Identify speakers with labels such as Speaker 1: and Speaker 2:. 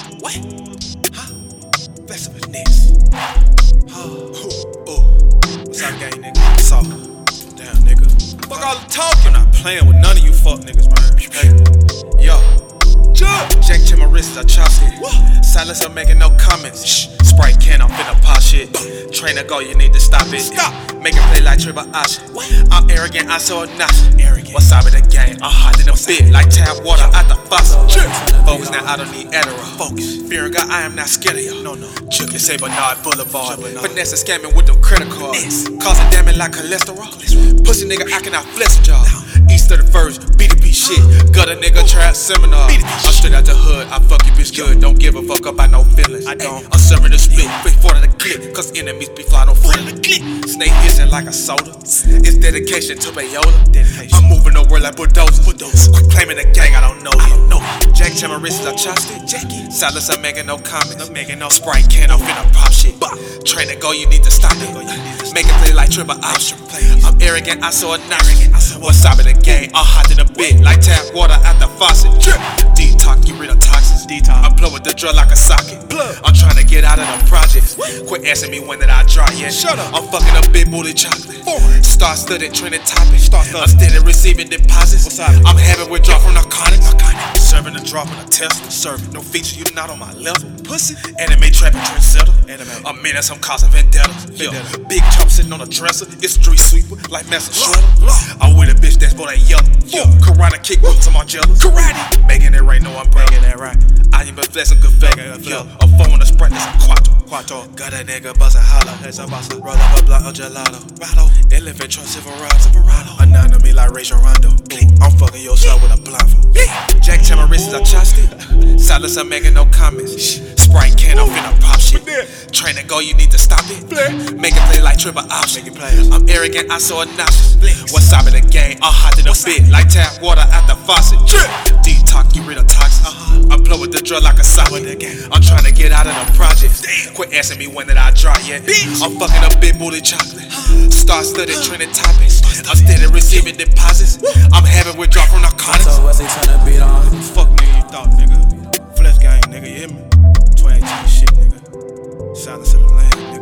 Speaker 1: Oh. playing with none of you fuck niggas, man. Hey, yo. Jack to my wrist, I chop it. Silence, I'm making no comments. Shh. Sprite can, I'm finna pop shit. Trainer go, you need to stop it. Stop. Make it play like triple option. I'm arrogant, I saw enough. Arrogant. What's up with the game? I'm hot in a bit, like tap water out the faucet. Focus now, I don't need Adderall. Focus. Fearing God, I am not scared of y'all. No, no. You say Bernard Boulevard. Finesse and scamming with them credit cards. Causing damage like cholesterol. Pussy nigga, I cannot flex with y'all. East of the first, BDP shit. Got a nigga trap seminar. I'm straight out the hood, I fuck you bitch good. Don't give a fuck about no feelings. I don't. I'm serving the split, big four to the clip. Cause enemies be flying on friendly. Snake hissing like a soda. It's dedication to payola. I'm moving the world like bulldozers. Quit claiming the gang, I don't know you. No. Jack Chan, wrists, I chopped it. Jackie. Silence, I'm making no comments. I'm making no Sprite can, I'm finna pop shit. Train to go, you need to stop it. Make it play like triple option. I'm arrogant, I saw a knock. What's up in the game? I'm hot in a bit, like tap water out the faucet. Drip. Detox, get rid of toxins. Detox. I'm blowing the drug like a socket. I'm trying to get out of the projects. Quit asking me when did I draw yet. Shut up. I'm fucking up big booty chocolate. Star studded trending topic. I'm steady receiving deposits. What's I'm having withdrawal from narcotics. narcotics. Serving a drop on a Tesla. Serving no feature, you not on my level. Pussy. Anime trapping trendsetter. Anime. A menace, I'm causing vendettas. Feel. Big chop sitting on a dresser. It's street sweeper like Master Shredder. I'm with a bitch that's for that yellow. Karate kick to my jealous. Karate. Making it right, no I'm breaking that right. I ain't been flexing good fella. Yeah. A phone and a sprint that's a quattro. Quattro. Got a nigga bust a holla. It's a bossa. Roll up a block of gelato. Rado. Elephant trunk Silverado. Silverado. Anonymous like Rachel Rondo. I'm fucking your shot with a blindfold. Jack Chan, my wrist is a chopstick. Silence, I'm making no comments. Sprite can, I'm finna pop shit. Train to go, you need to stop it. Make it play like triple option. I'm arrogant, I saw enough. What's up in the game? I'm hot in a bit, like tap water out the faucet. Detox, get rid of toxins. I'm blowing the drug like a solid. I'm trying to get out of the projects. Quit asking me when did I draw yet. I'm fucking up big booty chocolate. Star studded trending topics. I'm steady receiving deposits. I'm having withdrawal from narcotics.
Speaker 2: So what's he tryna beat on?
Speaker 1: Fuck nigga, you thought nigga. Flex gang nigga, you hear me? 2018 shit nigga. Silence of the land nigga.